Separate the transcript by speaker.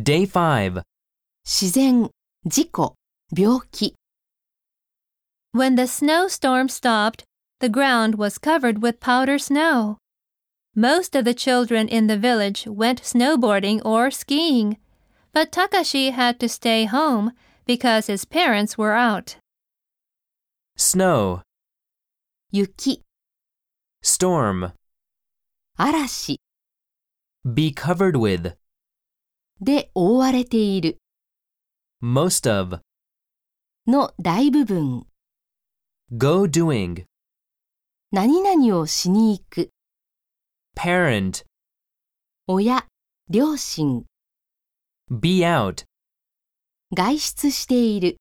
Speaker 1: Day 5.
Speaker 2: 自然、事故、病気。
Speaker 3: When the snowstorm stopped, the ground was covered with powder snow. Most of the children in the village went snowboarding or skiing, but Takashi had to stay home because his parents were out.
Speaker 1: Snow.
Speaker 2: 雪、
Speaker 1: Storm.
Speaker 2: 嵐
Speaker 1: Be covered with.
Speaker 2: で覆われている
Speaker 1: Most of.
Speaker 2: の大部分。
Speaker 1: Go doing.
Speaker 2: 何々をしに行く。
Speaker 1: Parent.
Speaker 2: 親、両親、
Speaker 1: Be out.
Speaker 2: 外出している。